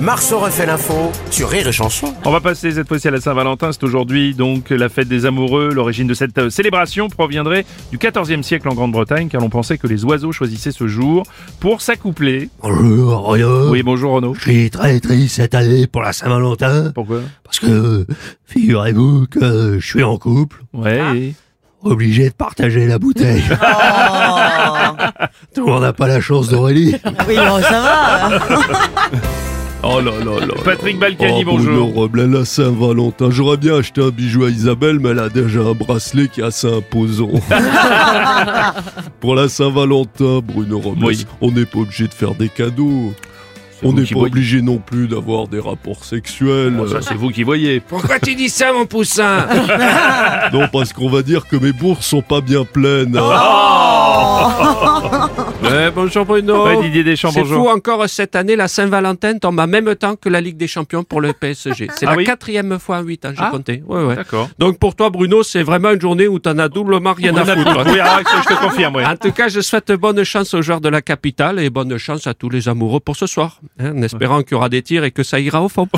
Marceau refait l'info sur Rire et Chanson. On va passer cette fois-ci à la Saint-Valentin. C'est aujourd'hui donc la fête des amoureux. L'origine de cette euh, célébration proviendrait du XIVe siècle en Grande-Bretagne, car l'on pensait que les oiseaux choisissaient ce jour pour s'accoupler. Bonjour, Royo. Euh. Oui, bonjour Renaud. Je suis très triste cette année pour la Saint-Valentin. Pourquoi Parce que, figurez-vous que je suis en couple, Ouais. Ah. obligé de partager la bouteille. Tout le monde n'a pas la chance d'Aurélie. Oui, bon, ça va. Oh là là là. Patrick Balkany, Oh, bonjour. Oh, la Saint-Valentin. J'aurais bien acheté un bijou à Isabelle, mais elle a déjà un bracelet qui est assez imposant. pour la Saint-Valentin, Bruno Robles, Oui. on n'est pas obligé de faire des cadeaux. C'est On vous n'est qui pas voyez. obligé non plus d'avoir des rapports sexuels. Bon, Oh, ça, c'est vous qui voyez. Pourquoi tu dis ça, mon poussin Non, parce qu'on va dire que mes bourses sont pas bien pleines. hein. Bonjour Bruno. Ouais, Didier Deschamps, C'est bonjour. fou hein. encore cette année, la Saint-Valentin tombe en même temps que la Ligue des Champions pour le PSG. C'est Ah la oui quatrième fois en 8 ans, j'ai Ah. compté. Ouais, ouais. D'accord. Donc pour toi Bruno, c'est vraiment une journée où t'en as doublement rien à foutre. Oui, alors, ça, je te confirme, ouais. En tout cas, je souhaite bonne chance aux joueurs de la capitale et bonne chance à tous les amoureux pour ce soir, hein, en espérant qu'il y aura des tirs et que ça ira au fond.